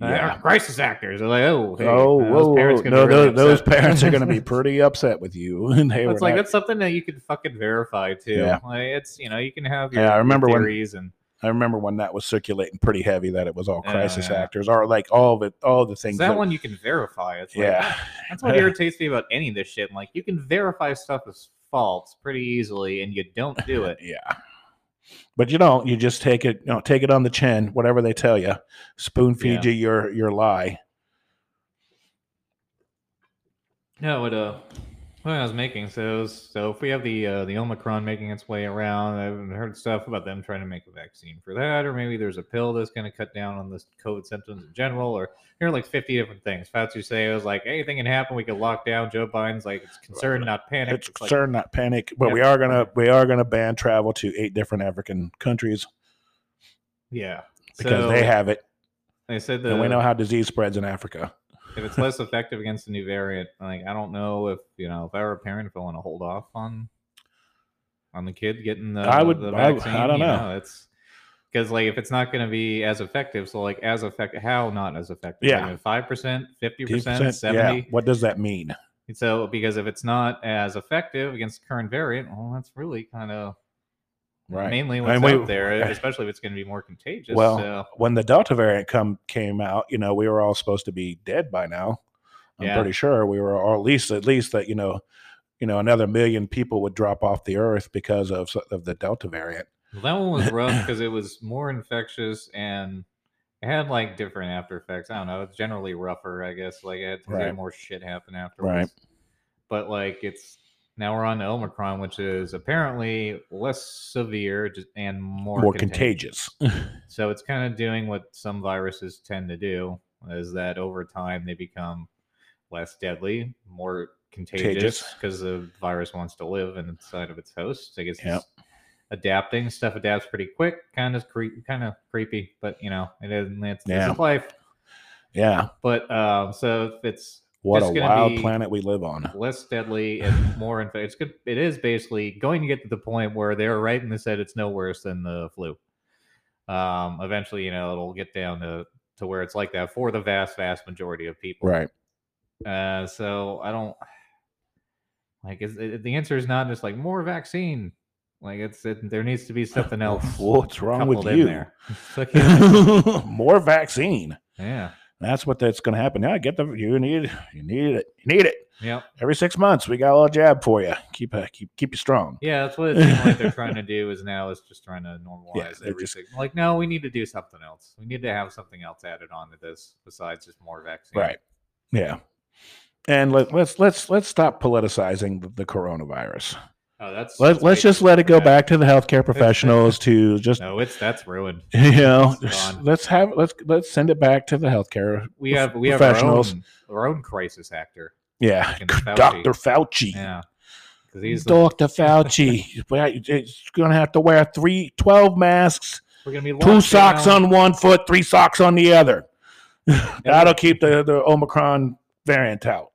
[SPEAKER 2] Yeah.
[SPEAKER 3] Uh, crisis actors are like, oh, hey,
[SPEAKER 2] oh,
[SPEAKER 3] uh,
[SPEAKER 2] whoa, whoa.
[SPEAKER 3] gonna
[SPEAKER 2] No,
[SPEAKER 3] be really
[SPEAKER 2] those, those
[SPEAKER 3] upset.
[SPEAKER 2] parents are going to be pretty upset with you. And they were
[SPEAKER 3] it's like
[SPEAKER 2] not-
[SPEAKER 3] that's something that you can fucking verify too.
[SPEAKER 2] Yeah.
[SPEAKER 3] Like it's you know you can have
[SPEAKER 2] Yeah,
[SPEAKER 3] your,
[SPEAKER 2] I
[SPEAKER 3] your
[SPEAKER 2] remember when-
[SPEAKER 3] theories and
[SPEAKER 2] I remember when that was circulating pretty heavy that it was all
[SPEAKER 3] Yeah,
[SPEAKER 2] crisis
[SPEAKER 3] yeah.
[SPEAKER 2] actors or like all the all the things.
[SPEAKER 3] so that, one you can verify. It's like,
[SPEAKER 2] yeah,
[SPEAKER 3] that's what irritates me about any of this shit. Like you can verify stuff as faults pretty easily, and you don't do it.
[SPEAKER 2] Yeah. But you don't. You just take it. You know, take it on the chin. Whatever they tell you, spoon feed you
[SPEAKER 3] Yeah.
[SPEAKER 2] your your lie.
[SPEAKER 3] No, it uh, what I was making so so if we have the uh, the Omicron making its way around, I've heard stuff about them trying to make a vaccine for that, or maybe there's a pill that's going to cut down on this COVID symptoms in general, or there are like 50 different things. Fauci say it was like anything can happen, we could lock down. Joe Biden's like it's concern, not panic.
[SPEAKER 2] It's
[SPEAKER 3] like,
[SPEAKER 2] concern, not panic. But we
[SPEAKER 3] Yeah.
[SPEAKER 2] are gonna we are gonna ban travel to eight different African countries
[SPEAKER 3] yeah,
[SPEAKER 2] because
[SPEAKER 3] so
[SPEAKER 2] they have it,
[SPEAKER 3] They said that
[SPEAKER 2] and we know how disease spreads in Africa.
[SPEAKER 3] if it's less effective against the new variant, like I don't know if you know if I were a parent, if I want to hold off on on the kid getting the
[SPEAKER 2] I would-
[SPEAKER 3] the
[SPEAKER 2] I- I don't
[SPEAKER 3] you
[SPEAKER 2] know.
[SPEAKER 3] it's because like if it's not going to be as effective, so like as effective, how not as effective?
[SPEAKER 2] Yeah.
[SPEAKER 3] five percent, fifty
[SPEAKER 2] 10%,
[SPEAKER 3] percent, seventy.
[SPEAKER 2] What does that mean?
[SPEAKER 3] So because if it's not as effective against the current variant, well, that's really kind of
[SPEAKER 2] Right.
[SPEAKER 3] mainly
[SPEAKER 2] And
[SPEAKER 3] what's
[SPEAKER 2] we-
[SPEAKER 3] out there, especially if it's going to be more contagious.
[SPEAKER 2] Well,
[SPEAKER 3] so.
[SPEAKER 2] when the Delta variant come came out, you know, we were all supposed to be dead by now. I'm
[SPEAKER 3] Yeah.
[SPEAKER 2] pretty sure we were, or at least at least that you know, you know, another million people would drop off the earth because of s- of the Delta variant.
[SPEAKER 3] Well, That one was rough because it was more infectious and it had like different after effects. I don't know. It's generally rougher, I guess. Like it had,
[SPEAKER 2] Right.
[SPEAKER 3] more shit happen afterwards. But like it's now we're on to Omicron, which is apparently less severe just- and more,
[SPEAKER 2] More, contagious.
[SPEAKER 3] So it's kind of doing what some viruses tend to do is that over time they become less deadly, more contagious
[SPEAKER 2] Contagious.
[SPEAKER 3] because the virus wants to live inside of its host. I guess
[SPEAKER 2] Yep.
[SPEAKER 3] it's adapting stuff adapts pretty quick. Kind of creep, kind of creepy, but you know it is. It's,
[SPEAKER 2] Yeah.
[SPEAKER 3] it's life.
[SPEAKER 2] Yeah.
[SPEAKER 3] But um, so it's
[SPEAKER 2] What
[SPEAKER 3] It's
[SPEAKER 2] a
[SPEAKER 3] gonna
[SPEAKER 2] wild
[SPEAKER 3] be-
[SPEAKER 2] planet we live on.
[SPEAKER 3] less deadly and more infectious. It's good. It is basically going to get to the point where they're right and they said it's no worse than the flu. Um, eventually, you know, it'll get down to to where it's like that for the vast, vast majority of people.
[SPEAKER 2] Right.
[SPEAKER 3] Uh, so I don't like is it, the answer is not just like more vaccine. Like it's it, there needs to be something else.
[SPEAKER 2] What's wrong with
[SPEAKER 3] coupled in
[SPEAKER 2] you?
[SPEAKER 3] there. It's like-
[SPEAKER 2] More vaccine.
[SPEAKER 3] yeah.
[SPEAKER 2] That's what that's going to happen. Yeah, get the you need you need it you need it
[SPEAKER 3] Yep.
[SPEAKER 2] every six months. We got a little jab for you. Keep uh, keep keep you strong.
[SPEAKER 3] Yeah, that's what it seems like they're trying to do is now is just trying to normalize
[SPEAKER 2] they're just-
[SPEAKER 3] everything. Like, no, we need to do something else. We need to have something else added on to this besides just more vaccine.
[SPEAKER 2] Right. Yeah. And let, let's let's let's stop politicizing the, the coronavirus.
[SPEAKER 3] Oh, that's
[SPEAKER 2] Let,
[SPEAKER 3] that's
[SPEAKER 2] let's
[SPEAKER 3] way
[SPEAKER 2] just
[SPEAKER 3] too
[SPEAKER 2] let it go
[SPEAKER 3] bad.
[SPEAKER 2] back to the healthcare professionals to just
[SPEAKER 3] No, it's that's ruined.
[SPEAKER 2] you know
[SPEAKER 3] It's gone.
[SPEAKER 2] let's have let's let's send it back to the healthcare.
[SPEAKER 3] We
[SPEAKER 2] prof-
[SPEAKER 3] have we have our
[SPEAKER 2] professionals.
[SPEAKER 3] own, our own crisis actor.
[SPEAKER 2] Yeah,
[SPEAKER 3] Fucking Fauci.
[SPEAKER 2] Doctor Fauci.
[SPEAKER 3] Yeah, because he's the,
[SPEAKER 2] Doctor Fauci. Well, It's gonna have to wear three, 12 masks,
[SPEAKER 3] we're gonna be locked
[SPEAKER 2] two socks
[SPEAKER 3] down.
[SPEAKER 2] on one foot, three socks on the other. That'll keep the, the Omicron variant out.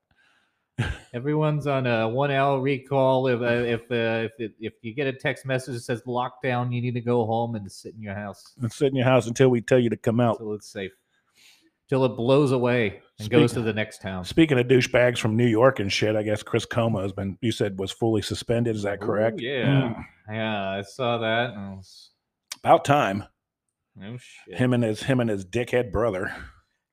[SPEAKER 3] Everyone's on a one hour recall. If uh, if uh, if it, if you get a text message that says lockdown, you need to go home and sit in your house.
[SPEAKER 2] And sit in your house until we tell you to come out.
[SPEAKER 3] till it's safe, till it blows away and goes to the next town.
[SPEAKER 2] Speaking of douchebags from New York and shit, I guess Chris Coma has been. You said was fully suspended. Is that
[SPEAKER 3] Ooh,
[SPEAKER 2] correct?
[SPEAKER 3] yeah,
[SPEAKER 2] Mm.
[SPEAKER 3] yeah. I saw that. And I was,
[SPEAKER 2] About time.
[SPEAKER 3] no shit.
[SPEAKER 2] Him and his him and his dickhead brother.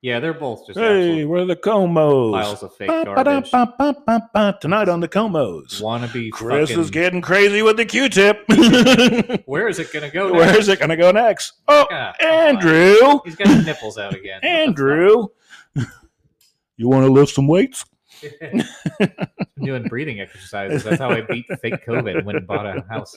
[SPEAKER 3] Yeah, they're both just
[SPEAKER 2] Hey,
[SPEAKER 3] absolute
[SPEAKER 2] we're the Comos.
[SPEAKER 3] piles of fake garbage.
[SPEAKER 2] Ba-ba-da-ba-ba-ba-ba. Tonight on the Comos.
[SPEAKER 3] Wannabe.
[SPEAKER 2] Chris is
[SPEAKER 3] fucking-
[SPEAKER 2] getting crazy with the Q-tip.
[SPEAKER 3] Where is it gonna go?
[SPEAKER 2] Where is it going to go next? Oh,
[SPEAKER 3] Yeah, come on.
[SPEAKER 2] Andrew,
[SPEAKER 3] He's got his nipples out again. What the
[SPEAKER 2] Andrew, you want to lift some weights?
[SPEAKER 3] fuck? I'm doing breathing exercises. That's how I beat fake COVID and went and bought a house.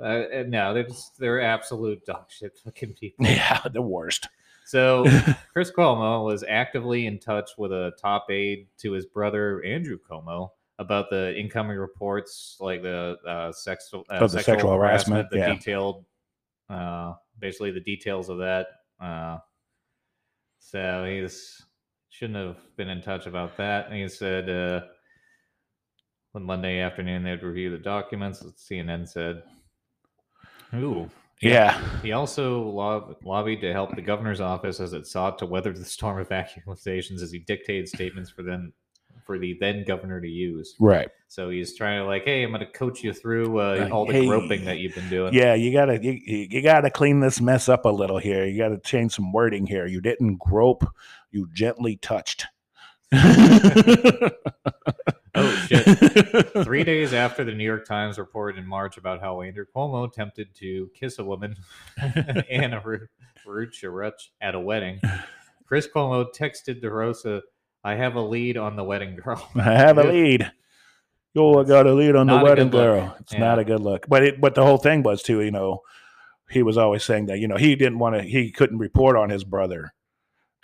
[SPEAKER 3] Uh, and no, they're just they're absolute dog shit fucking people.
[SPEAKER 2] Yeah, the worst.
[SPEAKER 3] So Chris Cuomo was actively in touch with a top aide to his brother Andrew Cuomo about the incoming reports, like the uh, sexual uh,
[SPEAKER 2] Of the sexual harassment,
[SPEAKER 3] the
[SPEAKER 2] yeah.
[SPEAKER 3] detailed, uh, basically the details of that. Uh, so he's shouldn't have been in touch about that. And he said uh, on Monday afternoon they'd review the documents. CNN said, "Ooh."
[SPEAKER 2] Yeah.
[SPEAKER 3] He also lob- lobbied to help the governor's office as it sought to weather the storm of accusations as he dictated statements for them for the then governor to use.
[SPEAKER 2] Right.
[SPEAKER 3] So he's trying to like, hey, I'm going to coach you through uh,
[SPEAKER 2] Like,
[SPEAKER 3] all the
[SPEAKER 2] hey,
[SPEAKER 3] groping that you've been doing.
[SPEAKER 2] Yeah, you gotta you, you you gotta clean this mess up a little here. You gotta change some wording here. You didn't grope, you gently touched.
[SPEAKER 3] Oh, shit.
[SPEAKER 2] shit.
[SPEAKER 3] Three days after the New York Times reported in March about how Andrew Cuomo attempted to kiss a woman, Anna Ru- Rucciarutch, at a wedding, Chris Cuomo texted DeRosa, I have a lead on the wedding girl.
[SPEAKER 2] I have a
[SPEAKER 3] Dude,
[SPEAKER 2] lead. Yo, I got a lead on the
[SPEAKER 3] Not a
[SPEAKER 2] wedding
[SPEAKER 3] good look.
[SPEAKER 2] girl. It's not
[SPEAKER 3] Yeah.
[SPEAKER 2] a good look. But it, but the whole thing was too, you know, he was always saying that, you know, he didn't want to, he couldn't report on his brother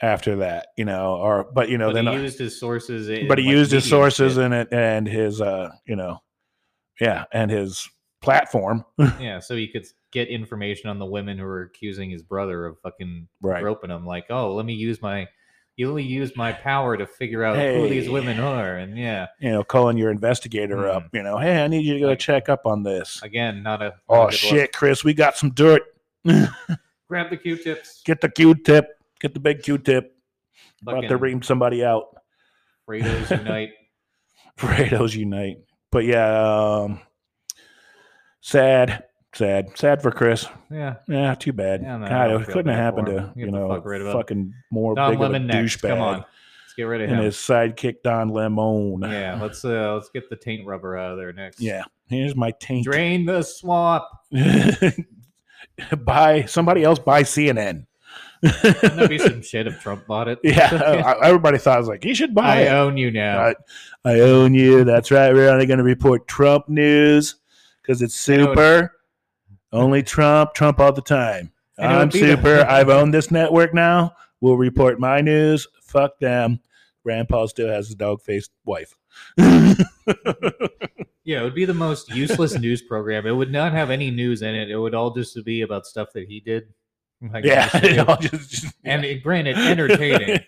[SPEAKER 2] after that, you know, or, but, you know,
[SPEAKER 3] but
[SPEAKER 2] then, uh,
[SPEAKER 3] he used his sources. in,
[SPEAKER 2] but he
[SPEAKER 3] like,
[SPEAKER 2] used his
[SPEAKER 3] media and
[SPEAKER 2] sources
[SPEAKER 3] shit.
[SPEAKER 2] and it and his, uh, you know, yeah, and his platform.
[SPEAKER 3] yeah, so he could get information on the women who were accusing his brother of fucking
[SPEAKER 2] Right.
[SPEAKER 3] groping him. Like, oh, let me use my, you only use my power to figure out who these
[SPEAKER 2] Hey.
[SPEAKER 3] women are. And yeah,
[SPEAKER 2] You know, calling your investigator
[SPEAKER 3] Mm.
[SPEAKER 2] up, you know, hey, I need you to go
[SPEAKER 3] Like-
[SPEAKER 2] check up on this.
[SPEAKER 3] again, not a. not a
[SPEAKER 2] Oh,
[SPEAKER 3] good
[SPEAKER 2] shit,
[SPEAKER 3] look.
[SPEAKER 2] Chris, we got some dirt.
[SPEAKER 3] Grab the Q-tips.
[SPEAKER 2] Get the Q tip. Get the big Q tip. About to
[SPEAKER 3] fucking
[SPEAKER 2] ream somebody out.
[SPEAKER 3] Fredos unite.
[SPEAKER 2] Fredos unite. But yeah, um, sad, sad, sad for Chris.
[SPEAKER 3] Yeah,
[SPEAKER 2] Yeah, too bad.
[SPEAKER 3] Yeah, no, I
[SPEAKER 2] God,
[SPEAKER 3] don't
[SPEAKER 2] it
[SPEAKER 3] feel
[SPEAKER 2] couldn't have
[SPEAKER 3] bad
[SPEAKER 2] happened
[SPEAKER 3] for him.
[SPEAKER 2] to
[SPEAKER 3] Get
[SPEAKER 2] you
[SPEAKER 3] the
[SPEAKER 2] know
[SPEAKER 3] fuck rid of him.
[SPEAKER 2] fucking more
[SPEAKER 3] Don
[SPEAKER 2] big of a
[SPEAKER 3] Lemon next. Come on,
[SPEAKER 2] douchebag
[SPEAKER 3] let's get rid of
[SPEAKER 2] and
[SPEAKER 3] him.
[SPEAKER 2] his sidekick Don Lemon.
[SPEAKER 3] yeah, let's uh, let's get the taint rubber out of there next.
[SPEAKER 2] yeah. Here's my taint.
[SPEAKER 3] drain the swamp.
[SPEAKER 2] buy somebody else. Buy CNN.
[SPEAKER 3] Wouldn't that be some shit if Trump bought it?
[SPEAKER 2] yeah, I- everybody thought I was like, he should buy
[SPEAKER 3] I
[SPEAKER 2] it.
[SPEAKER 3] own you now.
[SPEAKER 2] I, I own you. That's right. We're only going to report Trump news because it's
[SPEAKER 3] know it-
[SPEAKER 2] super. Only Trump, Trump all the time.
[SPEAKER 3] I know
[SPEAKER 2] I'm
[SPEAKER 3] it'd be the-
[SPEAKER 2] super. I've owned this network now. We'll report my news. Fuck them. Rand Paul still has a dog faced wife.
[SPEAKER 3] Yeah, it would be the most useless news program. It would not have any news in it. It would all just be about stuff that he did. Oh Like,
[SPEAKER 2] yeah.
[SPEAKER 3] just to do.
[SPEAKER 2] I'll just- just-
[SPEAKER 3] and it, granted, entertaining.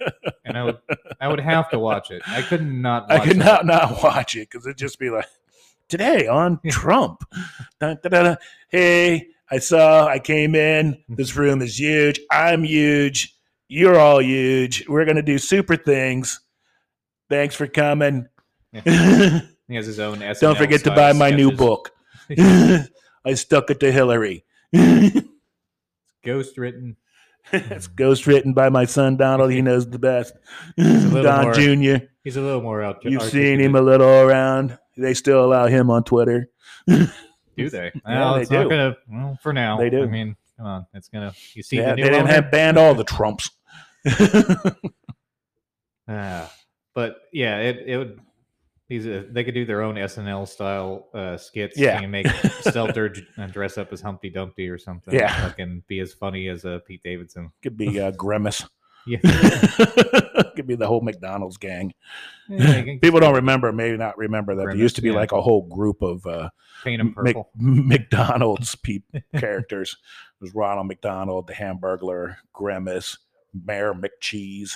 [SPEAKER 3] and I would, I would have to watch it. I could not.
[SPEAKER 2] I
[SPEAKER 3] Watch
[SPEAKER 2] could
[SPEAKER 3] it.
[SPEAKER 2] not not watch it because it'd just be like, today on Trump. Dun, dun, dun, dun. Hey, I saw, I came in. This room is huge. I'm huge. You're all huge. We're going to do super things. Thanks for coming. Don't
[SPEAKER 3] He has his own. SNL
[SPEAKER 2] forget to
[SPEAKER 3] style
[SPEAKER 2] buy my new
[SPEAKER 3] sketches.
[SPEAKER 2] book. I stuck it to Hillary. it's
[SPEAKER 3] Ghost written.
[SPEAKER 2] ghostwritten by my son Donald. He knows the best.
[SPEAKER 3] little
[SPEAKER 2] Don
[SPEAKER 3] more-
[SPEAKER 2] Jr.
[SPEAKER 3] He's a little more out.
[SPEAKER 2] You've seen him a little around. They still allow him on Twitter.
[SPEAKER 3] Do they?
[SPEAKER 2] Yeah,
[SPEAKER 3] Well,
[SPEAKER 2] they
[SPEAKER 3] it's not
[SPEAKER 2] do.
[SPEAKER 3] gonna- well, for now,
[SPEAKER 2] They do.
[SPEAKER 3] I mean, come on, it's gonna. You see,
[SPEAKER 2] Yeah, they
[SPEAKER 3] the new
[SPEAKER 2] didn't
[SPEAKER 3] owner?
[SPEAKER 2] have banned all the Trumps.
[SPEAKER 3] Ah, but yeah, it it would. These uh, they could do their own SNL style uh, skits.
[SPEAKER 2] Yeah.
[SPEAKER 3] and make Stelter d- and dress up as Humpty Dumpty or something.
[SPEAKER 2] Yeah.
[SPEAKER 3] and be as funny as uh, Pete Davidson.
[SPEAKER 2] Could be uh, Grimace.
[SPEAKER 3] Yeah,
[SPEAKER 2] Could be the whole McDonald's gang.
[SPEAKER 3] yeah you can
[SPEAKER 2] People don't remember, maybe not remember that. there
[SPEAKER 3] Grimace,
[SPEAKER 2] used to be
[SPEAKER 3] yeah.
[SPEAKER 2] like a whole group of uh,
[SPEAKER 3] paint him
[SPEAKER 2] M- Mc-
[SPEAKER 3] purple.
[SPEAKER 2] McDonald's pe- characters. It was Ronald McDonald, the Hamburglar, Grimace, Mayor McCheese,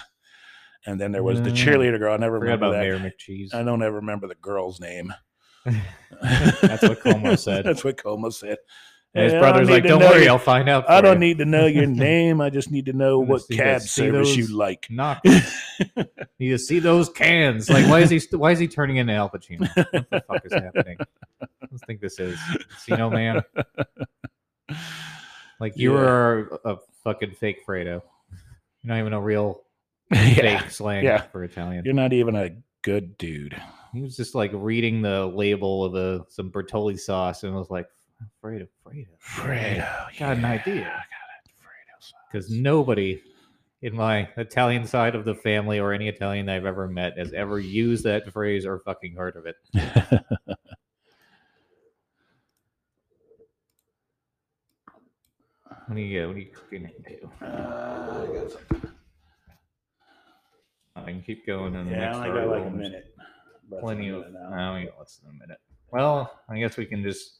[SPEAKER 2] and then there was the
[SPEAKER 3] Mm.
[SPEAKER 2] cheerleader girl. I never
[SPEAKER 3] Forgot
[SPEAKER 2] remember
[SPEAKER 3] about
[SPEAKER 2] that. Uh,
[SPEAKER 3] Mayor McCheese.
[SPEAKER 2] I don't ever remember the girl's name.
[SPEAKER 3] That's what Como said.
[SPEAKER 2] That's what Como said.
[SPEAKER 3] And his
[SPEAKER 2] "Hey, I
[SPEAKER 3] brother's
[SPEAKER 2] need
[SPEAKER 3] like,
[SPEAKER 2] to
[SPEAKER 3] "Don't
[SPEAKER 2] know
[SPEAKER 3] worry,
[SPEAKER 2] you-
[SPEAKER 3] I'll find out."
[SPEAKER 2] I
[SPEAKER 3] for
[SPEAKER 2] don't
[SPEAKER 3] you."
[SPEAKER 2] need to know your name. I just need to know
[SPEAKER 3] I
[SPEAKER 2] what
[SPEAKER 3] just need to
[SPEAKER 2] cab
[SPEAKER 3] see
[SPEAKER 2] service
[SPEAKER 3] those-
[SPEAKER 2] you like.
[SPEAKER 3] knock. You see those cans? Like, why is he? St- why is he turning into Al Pacino? What the fuck is happening? I don't think this is Casino Man. Like you
[SPEAKER 2] Yeah.
[SPEAKER 3] were a, a fucking fake Fredo. You're not even a real
[SPEAKER 2] yeah.
[SPEAKER 3] fake slang
[SPEAKER 2] yeah.
[SPEAKER 3] for Italian.
[SPEAKER 2] You're not even a good dude.
[SPEAKER 3] He was just like reading the label of a some Bertolli sauce and was like, Fredo, Fredo,
[SPEAKER 2] Fredo.
[SPEAKER 3] Got an
[SPEAKER 2] yeah,
[SPEAKER 3] idea.
[SPEAKER 2] I
[SPEAKER 3] because nobody in my Italian side of the family or any Italian I've ever met has ever used that phrase or fucking heard of it.
[SPEAKER 2] got a Fredo. sauce.
[SPEAKER 3] What are you, what are you cooking into?
[SPEAKER 2] Uh, I got some-
[SPEAKER 3] I can keep going. In the
[SPEAKER 2] yeah,
[SPEAKER 3] next
[SPEAKER 2] I only got like a
[SPEAKER 3] article.
[SPEAKER 2] minute. Less than a
[SPEAKER 3] Plenty of.
[SPEAKER 2] minute
[SPEAKER 3] I
[SPEAKER 2] now.
[SPEAKER 3] only got less than a minute. Well, I guess we can just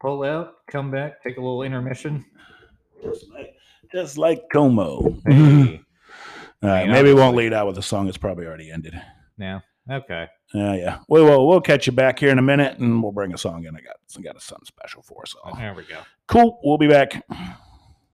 [SPEAKER 3] pull out, come back, take a little intermission.
[SPEAKER 2] Just like, just like Como.
[SPEAKER 3] Hey,
[SPEAKER 2] All right,
[SPEAKER 3] mean,
[SPEAKER 2] maybe we won't
[SPEAKER 3] obviously.
[SPEAKER 2] lead out with a song that's probably already ended.
[SPEAKER 3] now, okay.
[SPEAKER 2] Yeah, yeah. We will, we'll catch you back here in a minute and we'll bring a song in. I got, I got a something special for us all.
[SPEAKER 3] There we go.
[SPEAKER 2] Cool. We'll be back.